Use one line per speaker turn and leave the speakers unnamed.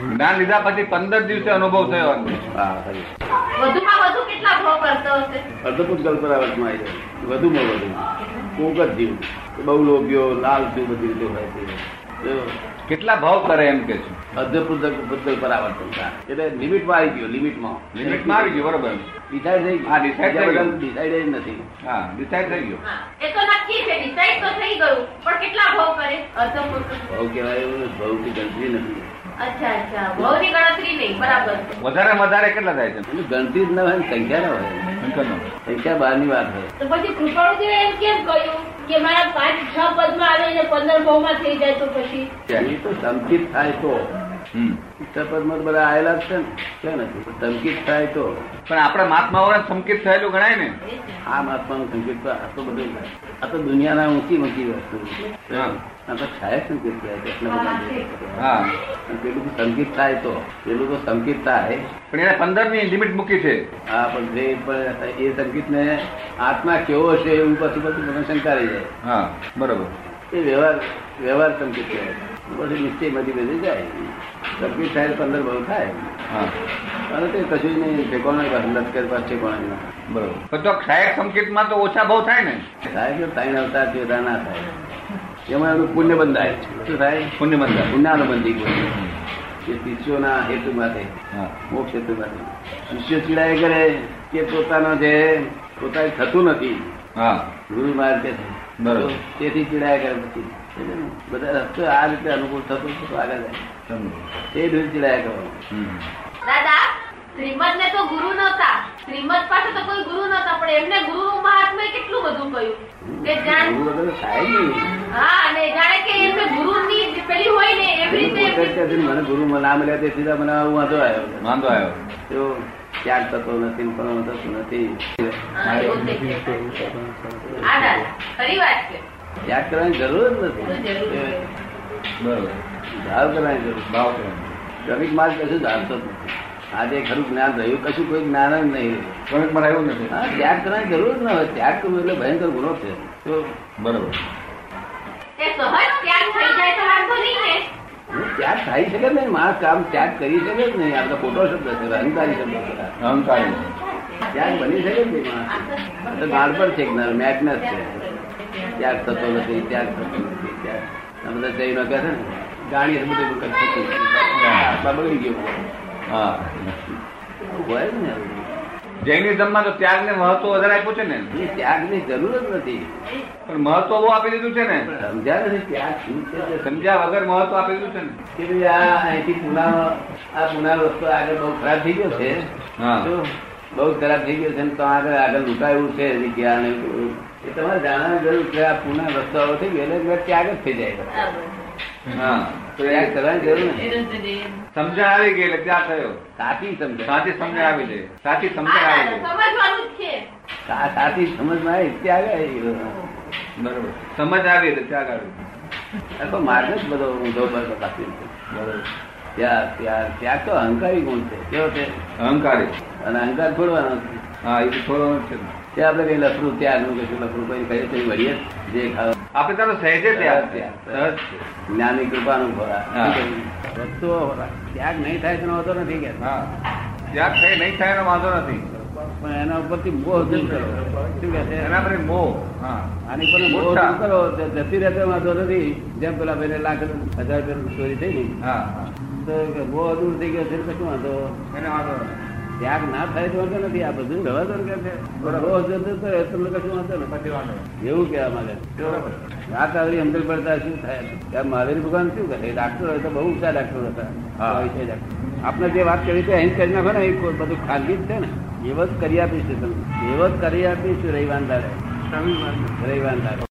જ્ઞાન લીધા પછી પંદર દિવસે અનુભવ થયો એનો.
હા હરી
વધુમાં વધુ કેટલા ભાવ પડતો હશે
અર્ધપુટ કલ્પનાવટમાં આવી જાય વધુમાં વધુ કોક જ જીવ બહુ લોભ્યો લાલચુ બધી રીતે હોય છે જો
કેટલા ભાવ કરે એમ કે છે
અર્ધપુટ કલ્પનાવટ થાય. એટલે લિમિટમાં આવી ગયો લિમિટમાં
લિમિટમાં આવી ગયું બરોબર
ડિસાઇડ થઈ ગયું.
હા, decide થઈ ગયું.
Decide જ નથી
હા ડિસાઈડ થઈ ગયો
હા, એ તો નક્કી છે ડિસાઈડ તો થઈ ગયું પણ કેટલા ભાવ કરે અડધો પોતો.
ભાવ કહેવાય એવું નથી. ભાવની ગણતરી નથી
અચ્છા અચ્છા ભાવની ગણતરી નહીં બરાબર છે
વધારે વધારે કેટલા થાય છે
એની ગણતરી જ ના હોય ને સંખ્યા ના હોય
શંકરનો.
સંખ્યા બહારની વાત હોય
તો પછી કૃપાળુદેવે એમ કેમ કહ્યું કે મારા પાંચ છ પદમાં આવે ને પંદર ભાવમાં થઈ જાય તો પછી
એ તો ધમકીત થાય તો
હમ.
ઉત્તરપદમાં તો બધા આયેલા જ છે ને છે નથી પણ ધમકીત થાય તો
પણ આપણા મહાત્માઓને સંકેત થયેલું ગણાય ને
આ મહાત્માનું સંકેત તો આ તો બધું આ તો દુનિયાના ઊંચી ઊંચી વસ્તુ છે.
હા.
આ તો છાયા સંકેત થાય છે એટલા બધા
હા
અને પેલું તો સંકેત થાય તો પેલું તો સંકેત થાય
પણ એને પંદર ની લિમિટ મૂકી છે
હા પણ જે પણ એ સંકેતને આત્મા કેવો હશે એવું પછી પછી મને શંકા રહી જાય
હા બરોબર
એ વ્યવહાર વ્યવહાર સંકેત કહેવાય પછી નિશ્ચય બધી બધી જાય સંકેત થાય તો અંદર બહુ થાય
હા
અને તે કશું નહીં ઠેકોણા પાસે લશ્કર પાસે ઠેકોણા નહીં.
બરોબર પણ તો ક્ષાયક સંકેતમાં તો ઓછા ભાવ થાય ને
થાય કે ત્રણ અવતાર છે ત્યાં ના થાય એમાં એનું પુણ્ય બંધાય શું થાય
પુણ્યમંદર
પુણ્યાનું બંધી ગયું કે શિષ્યોના હેતુ માટે
હા
મોક્ષ હેતુ માટે શિષ્ય ચીડાય કરે કે પોતાનો જે પોતાને થતું નથી
હા
ગુરુ માર્ગ કે છે.
બરાબર.
તેથી ચીડાય કરે પછી એટલે બધા રસ્તો આ રીતે અનુકૂળ થતો હોય તો આગળ જાય
સમજો.
તે જ રીતે ચીડાય કરવાનું
હમ.
દાદા શ્રીમદ ને તો ગુરુ નહોતા શ્રીમદ પાસે તો કોઈ ગુરુ નહોતા પણ એમને ગુરુ મહાત્માએ કેટલું બધું કહ્યું કે જાણ
એવું વગર થાય જ નહીં.
હા અને જાણે કે એમને ગુરુની જે પેલી હોય ને એવી રીતે
પોતે જ
એમને-
કહે છે, મને ગુરુ ના મળ્યા તે સીધા મને વાંધો આવ્યો
વાંધો આવ્યો
તેઓ ત્યાગ થતો નથી ને ફલણ થતું નથી
હા, એવું થઈ જાય. હા દાદા ખરી વાત છે
ત્યાગ કરવાની જરૂર જ
શું જરૂર છે?
નથી
બરોબર
ધાવ કરવાની જરૂર
ભાવ કરવાનો.
ક્રમિક માર્ગ કશું ધાવતો જ નથી આજે ખરું જ્ઞાન રહ્યું કશું કોઈ જ્ઞાન જ નહીં રહ્યું.
ગણિતમાં રહ્યું નથી
હા, ત્યાગ કરવાની જરૂર જ ન હોય ત્યાગ કરવો એટલે ભયંકર ગુનો છે તો
બરોબર
તે સહજ ત્યાગ થઈ જાય તો વાંધો નહીં ને
ત્યાગ થાય શકે જ નહીં માણસ કામ ત્યાગ કરી શકે જ નહીં આપણે ખોટો શબ્દ છે અહંકારી શબ્દ છે
અહંકારી
ત્યાગ બની શકે જ નહીં માણસ બાળપણ છે જ્ઞાન મેટનેસ છે ત્યાગ થતો નથી ત્યાગ થતો નથી ત્યાગ આ બધા જૈનો કહે છે ને ગાડી છે બધું બધું કશું થતું નથી. આત્મા બગડી ગયો
હા
હોય જ ને એવું.
જૈનિઝમમાં તો ત્યાગને મહત્વ વધારે આપ્યું છે ને
એ ત્યાગની જરૂર જ નથી
પણ મહત્વ બહુ આપી દીધું છે ને
પણ સમજ્યા નથી ત્યાગ શું છે તે સમજ-
સમજ્યા વગર મહત્વ આપી દીધું છે ને
કે ભઈ આ અહીંથી પુનાનો આ પુનાનો રસ્તો આગળ બહુ ખરાબ થઈ ગયો છે
હા.
જો, બહુ જ ખરાબ થઈ ગયો છે ને તો આગળ આગળ લૂંટાયું છે જગ્યા ને એવું. એ તમારે જાણવાની જરૂર છે આ પુના રસ્તો આવો થઈ ગયો એટલે ત્યાગ જ થઈ જાય
હા
તો ત્યાગ કરવાની જરૂર નથી
સમજણ આવી ગઈ એટલે ત્યાં થયો
સાચી સમજ
સાચી સમજણ આવી ગઈ સાચી સમજણ
હા
આવી
દાદા સમજવાનું જ છે
સા- સાચી સમજમાં આવી ત્યાગ આવી ગયો.
ગઈ બરોબર સમજ આવી એટલે ત્યાગ આવ્યો
આખો માર્ગ જ બધો ઊંધો પર બતાવી દીધો.
બરોબર
ત્યાગ ત્યાગ ત્યાગ તો અહંકારી ગુણ છે કેવો છે
અહંકારી
અને અહંકાર છોડવાનો છે
હા એ તો છોડવાનું જ છે ને.
તે આપણે કઈ લફરું ત્યાગનું કશું લફરું કોઈ કહીએ તો વળીએ જ. જે ખાવ
આપણે તારો સહેજે ત્યાગ છે સહજ છે
જ્ઞાની કૃપાનું
હા.
ખોરાક વસ્તુઓ ખોરાક. ત્યાગ નહીં થાય તેનો વાંધો નથી કે
હા ત્યાગ થાય નહીં થાય એનો વાંધો નથી
પણ એના ઉપરથી મોહ દૂર કરો શું કહે છે
એના પર મોહ હા
આની પર મોહ દૂર કરો તો જતી રહેતો વાંધો નથી જેમ પેલા ભાઈને લાખ હજાર રૂપિયા ચોરી થઈ ગઈ
હા હા
તો કે બહુ દૂર થઈ ગયો છે તો શું વાંધો
એને વાંધો નથી.
ત્યાગ ના થાય તો વાંધો નથી આ બધું રવા દો ને કે છે બહુ જતું તો એ તમને કશું વાંધો નથી
પછી વાંધો
એવું કહેવા માંગે છે.
બરોબર.
રાત આવડી અંદર પડતા શું થાય ત્યાં મહાવીર ભગવાન શું કરે ડાક્ટર હતા બહુ ઊંચા ડાક્ટર હતા
હા.
હોય છે ડાક્ટર. આપણે જે વાત કરી છે અહીં કરી નાખો ને એ કોઈ બધું ખાનગી જ છે ને એવો જ કરી આપીશું તમને એવો જ કરી આપીશું રવિવાર દાડે રવિવાર દાડે